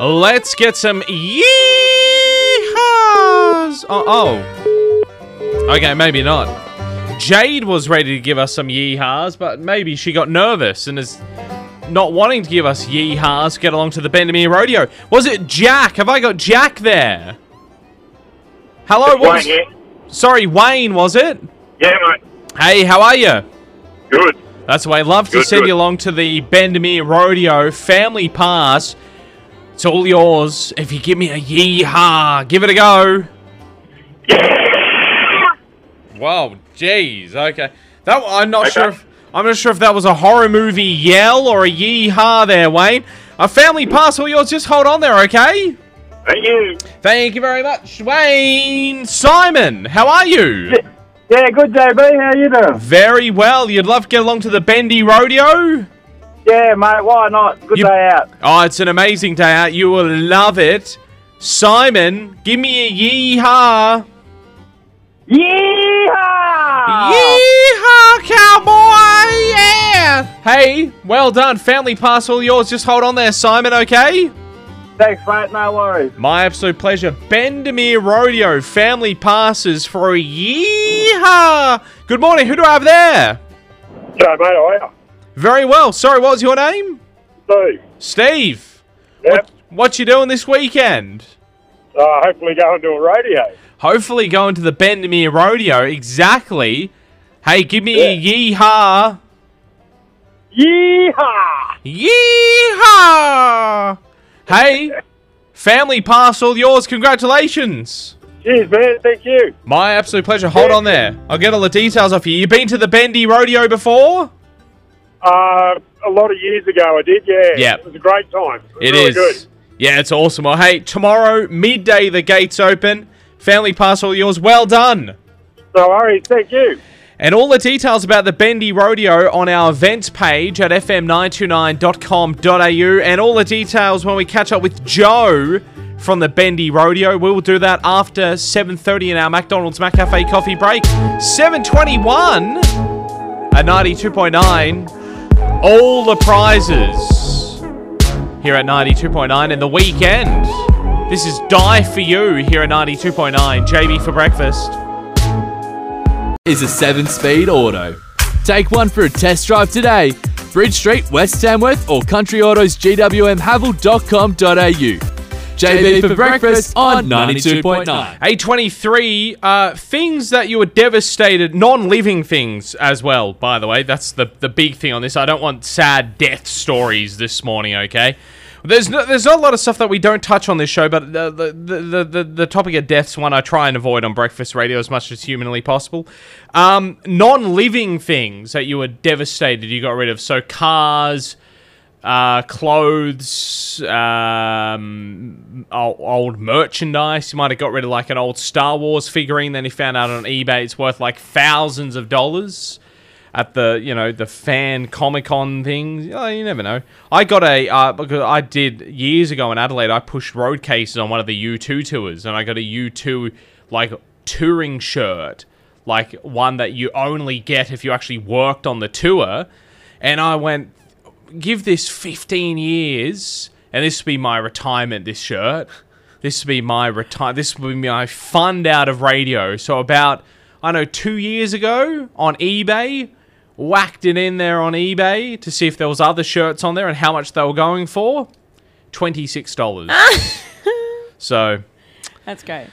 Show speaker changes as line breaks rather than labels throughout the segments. Let's get some yeehaws. Oh, oh. Okay, maybe not. Jade was ready to give us some yeehaws, but maybe she got nervous and is not wanting to give us yeehaws. Get along to the Bendemeer Rodeo. Was it Jack? Have I got Jack there? Hello,
Good
Oh, what
morning,
was-
yeah.
Sorry, Wayne, was it?
Yeah, mate.
Hey, how are you?
Good.
That's why I love to
Good,
send
good.
you along to the Bendemeer Rodeo Family Pass. It's all yours if you give me a yeehaw. Give it a go. Wow, jeez. Okay, that I'm not
Okay.
sure. If, I'm not sure if that was a horror movie yell or a yeehaw there, Wayne. A family pass, all yours. Just hold on there, okay?
Thank you.
Thank you very much, Wayne. Simon, how are you?
Yeah, good, JB. How you doing?
Very well. You'd love to get along to the Bendy Rodeo.
Yeah, mate. Why not? Good
You-
day out.
Oh, it's an amazing day out. You will love it. Simon, give me a yeehaw.
Yeehaw!
Yeehaw, cowboy! Yeah! Hey, well done. Family pass all yours. Just hold on there, Simon, okay?
Thanks, mate. No worries.
My absolute pleasure. Bendemeer Rodeo family passes for a yeehaw. Good morning. Who do I have there?
So, mate, how are you?
Very well. Sorry, what was your name?
Steve.
Steve.
Yep.
What you doing this weekend?
Uh, hopefully going to a radio.
Hopefully going to the Bendemeer Rodeo. Exactly. Hey, give me a yeehaw.
Yeehaw!
Yeehaw! Hey, family pass all yours. Congratulations.
Cheers, man. Thank you.
My absolute pleasure. Hold on there. I'll get all the details off you. You been to the Bendy Rodeo before?
Uh, a lot of years ago, I did. Yeah.
Yep.
It was a great time.
It
really
is.
Good.
Yeah, it's awesome. Well, hey, tomorrow midday the gates open. Family pass all yours. Well done.
No worries. Thank you.
And all the details about the Bendy Rodeo on our events page at fm929.com.au. And all the details when we catch up with Joe from the Bendy Rodeo. We will do that after 7.30 in our McDonald's McCafe coffee break. 7.21 at 92.9. All the prizes here at 92.9 and the weekend. This is Die For You here at 92.9. JB for breakfast.
is a seven speed auto. Take one for a test drive today. Bridge Street, West Tamworth, or Country Autos GWMHavel.com.au. JB for breakfast on 92.9.
823 uh, things that you were devastated non-living things as well by the way that's the the big thing on this i don't want sad death stories this morning okay there's no, there's not a lot of stuff that we don't touch on this show but the the, the, the, the the topic of death's one i try and avoid on breakfast radio as much as humanly possible um, non-living things that you were devastated you got rid of so cars uh, clothes, um, old, old merchandise. You might have got rid of like an old Star Wars figurine. Then he found out on eBay it's worth like thousands of dollars at the you know the fan Comic Con thing. Oh, you never know. I got a uh, because I did years ago in Adelaide. I pushed road cases on one of the U two tours, and I got a U two like touring shirt, like one that you only get if you actually worked on the tour. And I went, give this 15 years, and this would be my retirement, this shirt. This would be my retire. This would be my fund out of radio. So about I know two years ago on eBay, whacked it in there on eBay to see if there was other shirts on there and how much they were going for. Twenty six dollars. so
That's great.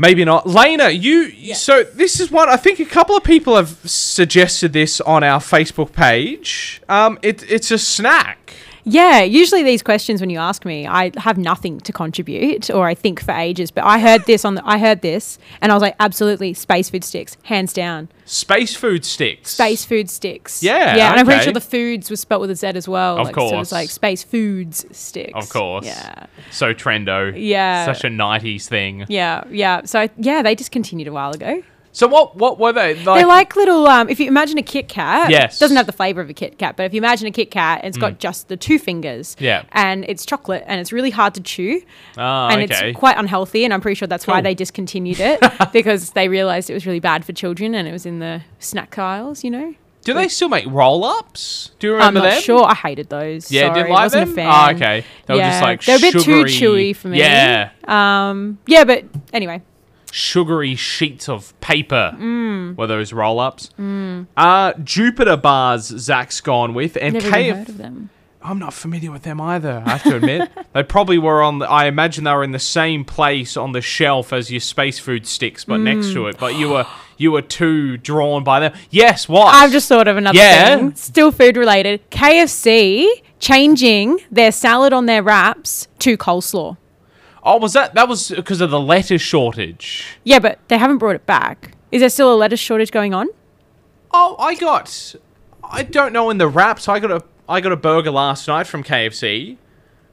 Maybe not. Lena, you. So this is one. I think a couple of people have suggested this on our Facebook page. Um, it, it's a snack.
Yeah, usually these questions when you ask me, I have nothing to contribute or I think for ages, but I heard this on the I heard this and I was like absolutely space food sticks, hands down.
Space food sticks.
Space food sticks.
Yeah,
Yeah, and I'm pretty
okay.
sure the foods was spelt with a Z as well.
Of
like, So it
course.
was like space foods sticks.
Of course.
Yeah.
So trendo.
Yeah.
Such a '90s thing.
Yeah, yeah. So I- yeah, they discontinued a while ago.
So what? What were they like?
They're like little. Um, if you imagine a Kit Kat,
Yes. Mm.
doesn't have the flavor of a Kit Kat, but if you imagine a Kit Kat, it's got just the two fingers,
Yeah.
and it's chocolate, and it's really hard to chew,
Ah,
and
okay.
it's quite unhealthy, and I'm pretty sure that's why
Cool.
they discontinued it because they realized it was really bad for children, and it was in the snack aisles, you know.
Do they still make roll ups? Do you
I'm
remember
not
them?
sure. I hated those.
Yeah,
Sorry,
didn't like
I wasn't
them.
a fan.
Oh, okay. They were just
Yeah,
like
they're a bit too
sugary-
chewy for me.
Yeah,
Um, yeah, but anyway,
sugary sheets of paper
Mm.
were those roll ups. Uh, Jupiter bars Zach's gone with, and
never
KF-
even heard of them.
I'm not familiar with them either. I have to admit, they probably were on. The, I imagine they were in the same place on the shelf as your space food sticks, but next
Mm.
to it. But you were you were too drawn by them. Yes, what?
I've just thought of another
Yeah.
thing. Still food related. KFC changing their salad on their wraps to coleslaw.
Oh, was that that was because of the lettuce shortage?
Yeah, but they haven't brought it back. Is there still a lettuce shortage going on?
Oh, I got. I don't know in the wraps. I got a I got a burger last night from KFC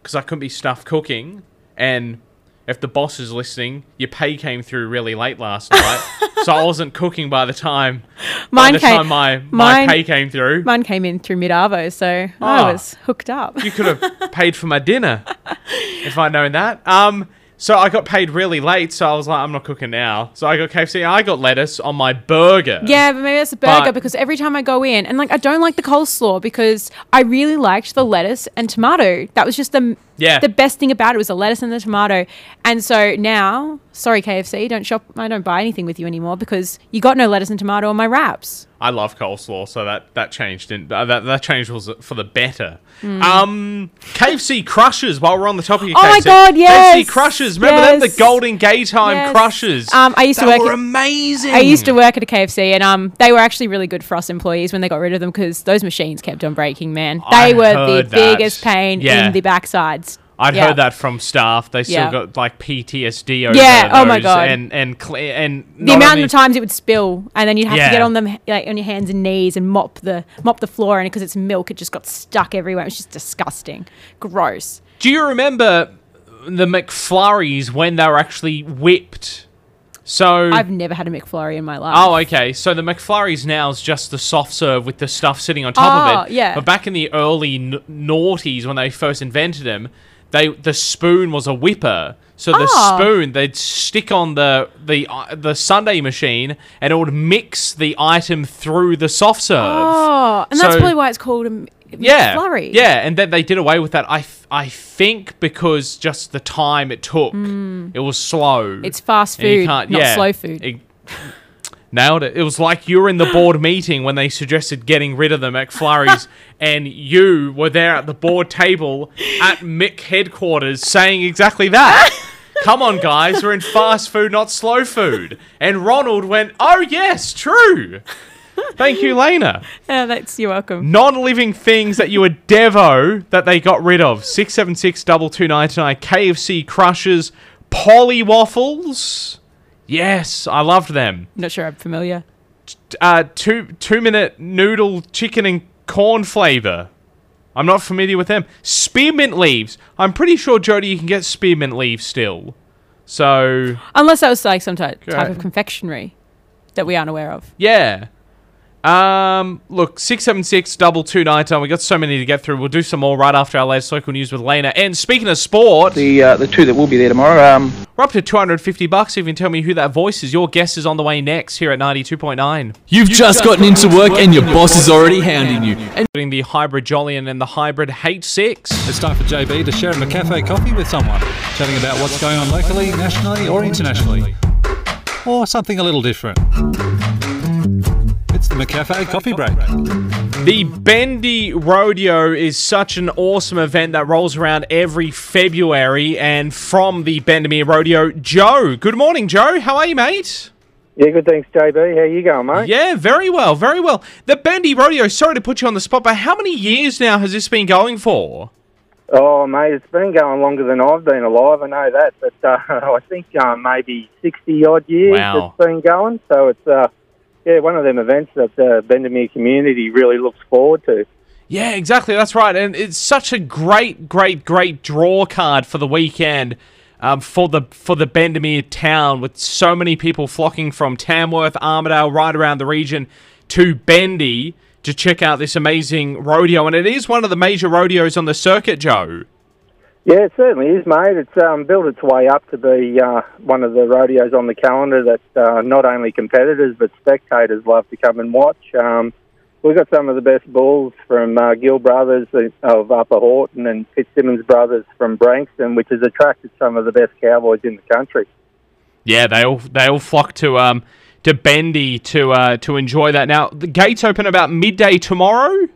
because I couldn't be stuffed cooking. And if the boss is listening, your pay came through really late last night, so I wasn't cooking by the time. by the time my my
mine-
pay came through.
mine came in through mid Arvo, so
Ah.
I was hooked up.
you could have paid for my dinner if I'd known that. Um, so I got paid really late, so I was like, I'm not cooking now. So I got KFC. I got lettuce on my burger.
Yeah, but maybe that's a burger
But-
because every time I go in, and like I don't like the coleslaw because I really liked the lettuce and tomato. That was just the
Yeah.
the best thing about it was the lettuce and the tomato. And so now, sorry KFC, don't shop. I don't buy anything with you anymore because you got no lettuce and tomato on my wraps.
I love coleslaw, so that that changed. In, uh, that that change was for the better. Um, KFC crushes. While we're on the topic of
Hmm. Oh
KFC,
my God, yes.
KFC crushes. Remember them, the
Yes.
Golden Gay Time
Yes.
crushes.
Um, I used to
They
work
were
at-
amazing.
I used to work at a KFC, and um, they were actually really good for us employees when they got rid of them because those machines kept on breaking. Man,
I
they were
heard
the
that.
biggest pain
Yeah.
in the backsides.
I'd
Yeah.
heard that from staff. They still
Yeah.
got like PTSD over
Yeah,
those
oh my God.
and and cle and
the amount of times it would spill, and then you'd have
Yeah.
to get on them like on your hands and knees and mop the mop the floor, and because it's milk, it just got stuck everywhere. It was just disgusting, gross.
Do you remember the McFlurries when they were actually whipped? So
I've never had a McFlurry in my life.
Oh, okay. So the McFlurries now is just the soft serve with the stuff sitting on top of
Oh,
it.
yeah.
But back in the early n- noughties when they first invented them, they the spoon was a whipper. So the
Oh.
spoon they'd stick on the the uh, the Sunday machine and it would mix the item through the soft serve.
oh, and that's
So-
probably why it's called a m-
yeah,
McFlurry.
Yeah, and then they did away with that. I th- I think because just the time it took, it was slow.
Mm. it's fast
And you
food, not
can't- yeah,
slow food.
it- nailed it. It was like you were in the board meeting when they suggested getting rid of the McFlurries, and you were there at the board table at Mick headquarters saying exactly that. Come on, guys, we're in fast food, not slow food. And Ronald went, "Oh yes, true." Thank you, Lena
Yeah, that's you're welcome.
non-living things that you were devo that they got rid of. Six seven six double two nine nine KFC crushes, Polly waffles. Yes, I loved them.
Not sure I'm familiar.
Uh, two two minute noodle chicken and corn flavor. I'm not familiar with them. Spearmint leaves. I'm pretty sure Jody, you can get spearmint leaves still. So
Unless that was like some type, type
Great.
of confectionery that we aren't aware of.
Yeah. Um, look, 676 double two nine time. We got so many to get through. We'll do some more right after our latest local news with Lena. And speaking of sport,
the uh, the two that will be there tomorrow. Um,
we're up to 250 bucks. If you can tell me who that voice is, your guess is on the way next here at 92.9.
You've just gotten into work and your boss is already hounding you. And
Including the hybrid Jollion and the hybrid Hate 6.
It's time for JB to share him a cafe coffee with someone, chatting about what's going on locally, nationally, or internationally. Or something a little different. It's the McCafe Coffee Break.
The Bendy Rodeo is such an awesome event that rolls around every February. And from the Bendermere Rodeo, Joe. Good morning, Joe. How are you, mate?
Yeah, good thanks, JB. How you going, mate?
Yeah, very well, very well. The Bendy Rodeo, sorry to put you on the spot, but how many years now has this been going for?
Oh, mate, it's been going longer than I've been alive. I know that, but uh, I think um, maybe sixty odd years
Wow.
it's been going. So it's uh, yeah, one of them events that the Bendermere community really looks forward to.
Yeah, exactly, that's right. And it's such a great, great, great draw card for the weekend. Um, for the for the Bendermere town, with so many people flocking from Tamworth, Armidale, right around the region, to Bendy to check out this amazing rodeo, and it is one of the major rodeos on the circuit, Joe.
Yeah, it certainly is, mate. It's um, built its way up to be uh, one of the rodeos on the calendar that uh, not only competitors but spectators love to come and watch. Um, We've got some of the best bulls from uh, Gill Brothers of Upper Horton and Fitzsimmons Brothers from Brankston, which has attracted some of the best cowboys in the country.
Yeah, they all they all flock to um to Bendy to uh to enjoy that. Now the gates open about midday tomorrow.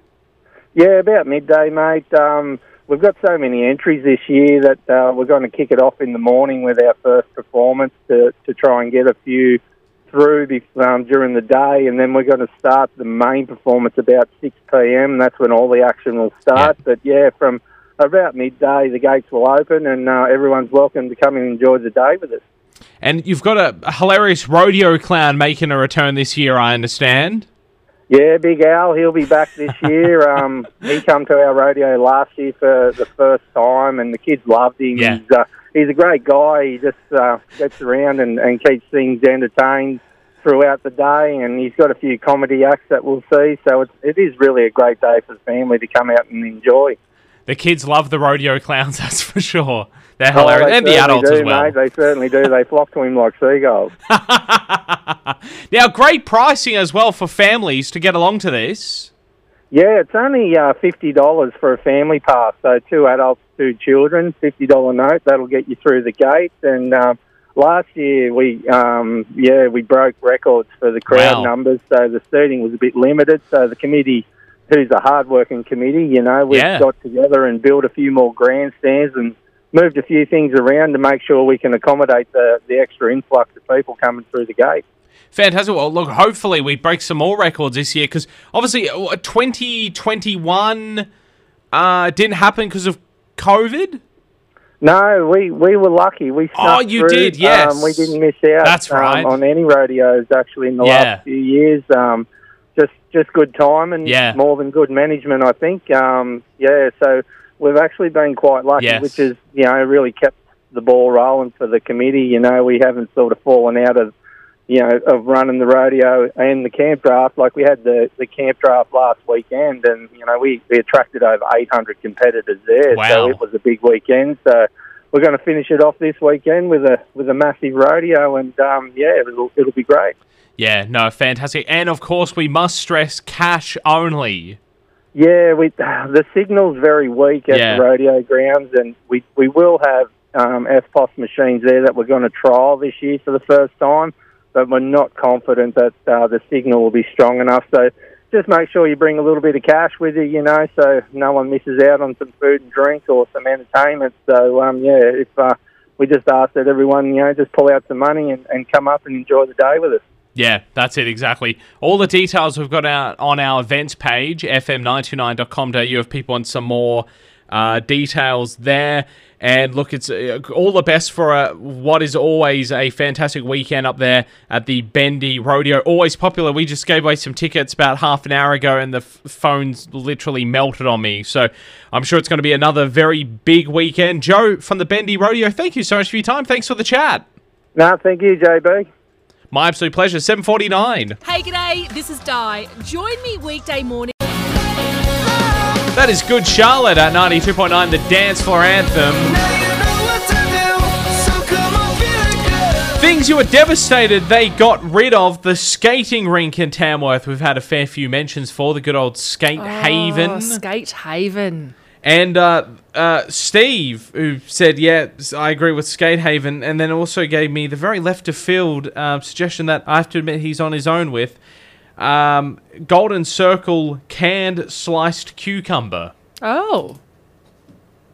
Yeah, about midday, mate. Um, we've got so many entries this year that uh, we're going to kick it off in the morning with our first performance to, to try and get a few through be- um, during the day, and then we're going to start the main performance about 6 p.m. That's when all the action will start. But yeah, from about midday, the gates will open, and uh, everyone's welcome to come and enjoy the day with us.
And you've got a, a hilarious rodeo clown making a return this year, I understand.
Yeah, Big Al, he'll be back this year. Um, he come to our rodeo last year for the first time, and the kids loved him.
Yeah.
He's, uh, he's a great guy. He just uh, gets around and, and keeps things entertained throughout the day, and he's got a few comedy acts that we'll see. So it's, it is really a great day for the family to come out and enjoy.
The kids love the rodeo clowns, that's for sure. They're
Oh,
hilarious,
they
and the
certainly
adults
do,
as well.
Mate. They certainly do. They flock to him like seagulls.
Now, great pricing as well for families to get along to this.
Yeah, it's only uh, fifty dollars for a family pass. So two adults, two children, fifty dollar note. That'll get you through the gate. And um, last year we, um, yeah, we broke records for the crowd
Wow.
numbers. So the seating was a bit limited. So the committee, who's a hard-working committee, you know, we've
Yeah.
got together and built a few more grandstands and moved a few things around to make sure we can accommodate the, the extra influx of people coming through the gate.
Fantastic. Well, look, hopefully we break some more records this year because obviously uh, 2021 uh, didn't happen because of COVID.
No, we, we were lucky. We snuck
Oh, you
through.
did, yes.
Um, we didn't miss out.
That's
um,
right.
on any rodeos actually in the
Yeah.
last few years. Um, just just good time and
Yeah.
more than good management, I think. Um, yeah, so we've actually been quite lucky,
Yes.
which is you know really kept the ball rolling for the committee. You know, we haven't sort of fallen out of you know of running the rodeo and the camp draft. Like we had the the camp draft last weekend, and you know we we attracted over 800 competitors there.
Wow.
So it was a big weekend. So we're going to finish it off this weekend with a with a massive rodeo, and um, yeah, it'll it'll be great.
Yeah, no, fantastic. And of course, we must stress cash only.
Yeah, we the signal's very weak at
Yeah.
the rodeo grounds, and we we will have um, FPOS machines there that we're going to trial this year for the first time, but we're not confident that uh, the signal will be strong enough. So just make sure you bring a little bit of cash with you, you know, so no one misses out on some food and drink or some entertainment. So um, yeah, if uh, we just ask that everyone, you know, just pull out some money and, and come up and enjoy the day with us.
Yeah, that's it, exactly. All the details we've got out on our events page, fm929.com.au, if people want some more uh, details there. And look, it's uh, all the best for uh what is always a fantastic weekend up there at the Bendy Rodeo. Always popular. We just gave away some tickets about half an hour ago, and the f- phones literally melted on me. So I'm sure it's going to be another very big weekend. Joe from the Bendy Rodeo, thank you so much for your time. Thanks for the chat.
No, thank you, JB.
My absolute pleasure. 749.
Hey, g'day, this is Di. Join me weekday morning.
That is Good Charlotte at 92.9, the dance floor anthem. Things you were devastated they got rid of the skating rink in Tamworth. We've had a fair few mentions for the good old Skate Haven.
Oh, Skate Haven.
and uh, uh, Steve, who said, Yeah, s- I agree with Skate Haven, and then also gave me the very left of field uh, suggestion that I have to admit he's on his own with um, Golden Circle canned sliced cucumber.
Oh.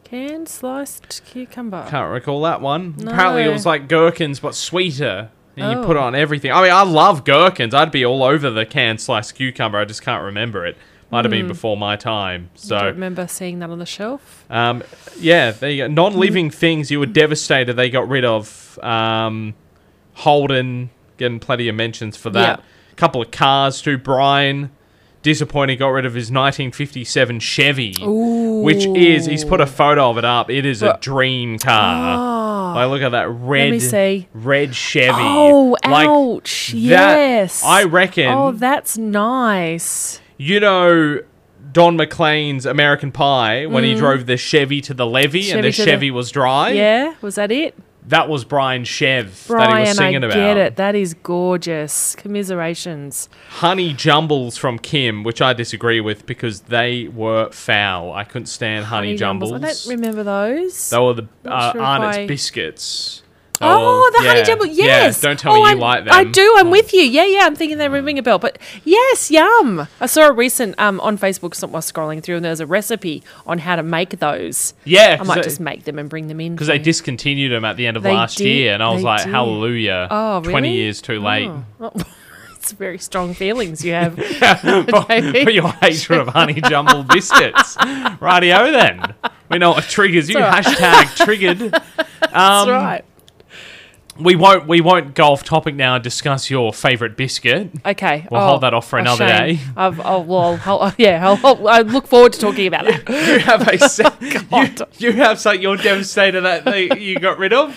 Canned sliced cucumber.
Can't recall that one. Apparently, it
No.
was like gherkins, but sweeter. And you
Oh.
put on everything. I mean, I love gherkins. I'd be all over the canned sliced cucumber. I just can't remember it. Might have
Hmm.
been before my time.
I
So,
remember seeing that on the shelf.
um, yeah, there you go. Non living things you were devastated they got rid of. Um, Holden, getting plenty of mentions for that.
Yeah.
A couple of cars too. Brian, disappointed, got rid of his 1957 Chevy, which is, he's put a photo of it up. It is a
But- Ah.
dream car. Like, look at that red,
me see.
red Chevy.
Oh,
Like,
ouch.
that-
yes.
I reckon,
Oh, that's nice.
you know. Don McLean's
Mm.
American Pie when he drove the Chevy to the levee and
Chevy
the
to the-
Chevy was dry.
Yeah, was that it?
That was Brian Chev that he was
Brian, I
singing about.
get it. That is gorgeous. Commiserations.
Honey Jumbles from Kim, which I disagree with because they were foul. I couldn't stand Honey,
Honey
Jumbles.
I don't remember those.
They were the uh,
Not sure if
Arnott's
I-
biscuits. They
Oh,
were-
the honey
yeah,
jumble. Yes.
Yeah, don't tell
Oh,
me you
I'm-
like them. Oh.
I do. I'm with you. Yeah, yeah. I'm thinking they're ringing a bell, but yes, yum. I saw a recent um on Facebook. Some was scrolling through, and there was a recipe on how to make those.
Yeah,
I
'cause
might
they-
just make them and bring them in
Because
for
they
you.
discontinued them at the end of
They
last
did,
year, and I was
they
like,
did.
hallelujah.
Oh,
20
really?
years too late.
Oh, it's very strong feelings you have.
Um, for, for your hatred of honey jumble biscuits. Rightio then. We know what triggers you.
It's all
Hashtag triggered. Um,
That's right.
We won't we won't go off topic now and discuss your favourite biscuit.
Okay.
We'll
oh,
hold that off for
a
another
shame.
day.
I've, oh, well, I'll, yeah, I'll, I'll, I look forward to talking about it.
You have a se- you, you have something you're devastated that they, you got rid of.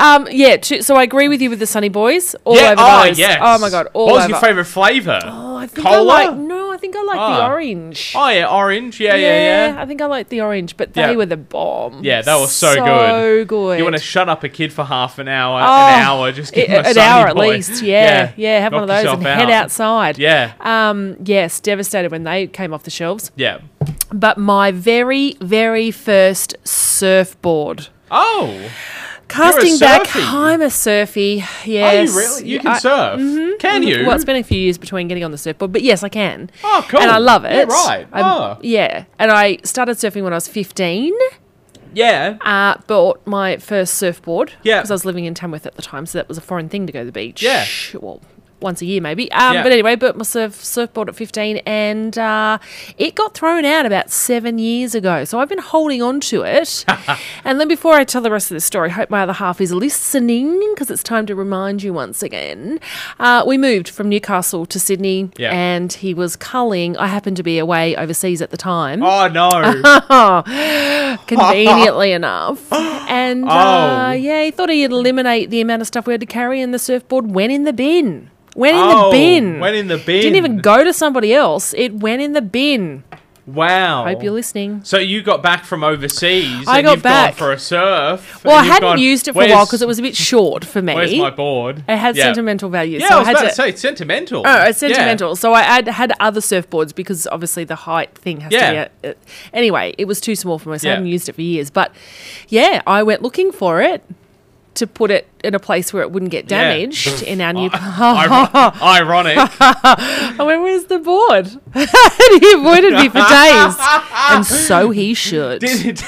Um, yeah. To, so I agree with you with the Sunny Boys. All
yeah.
over
oh
those.
yes.
Oh my god. All
what was
over.
your favourite flavour?
Oh, I think I
Cola?
like. No, I think I like the
Ah.
orange.
Oh yeah, orange. Yeah, yeah, yeah.
I think I like the orange, but they
Yeah.
were the bomb.
Yeah, they were so,
So good.
You want to shut up a kid for half an hour,
Oh,
an hour, just give
I-
him a
an
Sunny
hour at
Boy.
least. Yeah, yeah. have one of
knock
those and
yourself
head
out.
outside.
Yeah,
Um. Yes, devastated when they came off the shelves.
yeah.
But my very, very first surfboard.
Oh,
Casting back,
surfy.
I'm a surfy.
are
Yes.
you really? You
Yeah,
can
I- Mm-hmm. Mm,
surf? Can you?
Well, it's been a few years between getting on the surfboard, but yes, I can.
Oh, cool.
And I love it.
Yeah, right.
I'm-
Oh.
Yeah. And I started surfing when I was 15.
yeah.
Uh, bought my first surfboard.
Yeah.
Because I was living in Tamworth at the time, so that was a foreign thing to go to the beach.
Yeah.
Well, once a year maybe. Um,
Yeah.
But anyway, bought my surf, surfboard at 15 and uh, it got thrown out about seven years ago. So I've been holding on to it. and then before I tell the rest of the story, hope my other half is listening because it's time to remind you once again. Uh, we moved from Newcastle to Sydney
Yeah.
and he was culling. I happened to be away overseas at the time
Oh no.
conveniently enough. And
Oh.
uh, yeah, he thought he'd eliminate the amount of stuff we had to carry, and the surfboard went in the bin. Went in
Oh,
the bin.
went in the bin.
Didn't even go to somebody else. It went in the bin.
Wow.
Hope you're listening.
So you got back from overseas
I
and
got
you've
back.
gone for a surf.
Well, I
and you've
hadn't
gone,
used it for a
"Where's-
while because it was a bit short for me.
Where's my board?
It had
Yeah.
sentimental value.
Yeah,
so
I was
had
about to,
to
say it's sentimental.
Oh, it's
Yeah.
sentimental. So I had, had other surfboards because obviously the height thing has
Yeah.
to be. A, a- anyway, it was too small for me, so
Yeah.
I haven't used it for years. But yeah, I went looking for it to put it in a place where it wouldn't get
Yeah.
damaged in our new.
Iro- ironic.
I went, "Where's the board?" and he avoided me for days, and so he should.
did, it-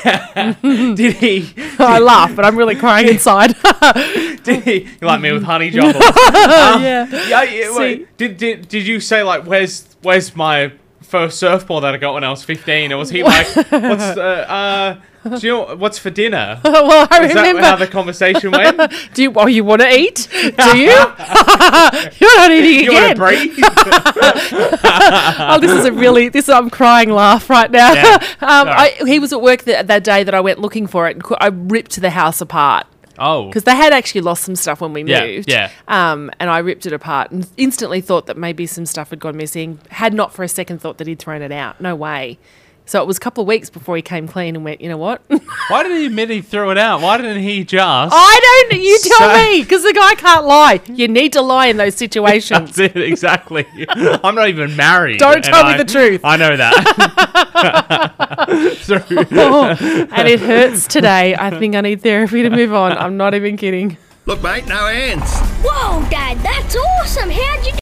did he?
I laugh, but I'm really crying inside.
Did he? You like me with honey jumbles? Um,
yeah.
yeah, yeah wait.
See-
Did, did did you say like where's where's my first surfboard that I got when I was fifteen? Or was he like, what's uh, uh do you know what's for dinner? Is
Well, I
that how
remember.
the conversation went?
Do you? Well, you want to eat? Do you? You're not eating
You want
again.
to breathe?
oh, this is a really this. I'm crying laugh right now.
Yeah.
um,
Sorry.
I, he was at work that that day that I went looking for it, and qu- I ripped the house apart
Oh,
because they had actually lost some stuff when we
Yeah,
moved.
yeah.
Um, and I ripped it apart and instantly thought that maybe some stuff had gone missing. Had not for a second thought that he'd thrown it out. No way. So it was a couple of weeks before he came clean and went, you know what?
why did he admit he threw it out? Why didn't he just?
I don't. You tell
So-
me, 'cause me, because the guy can't lie. You need to lie in those situations.
That's it, exactly. I'm not even married.
Don't
and
tell me
I-
the truth.
I know that. So-
Oh, and it hurts today. I think I need therapy to move on. I'm not even kidding.
Look, mate, no hands.
Whoa, Dad, that's awesome! How'd you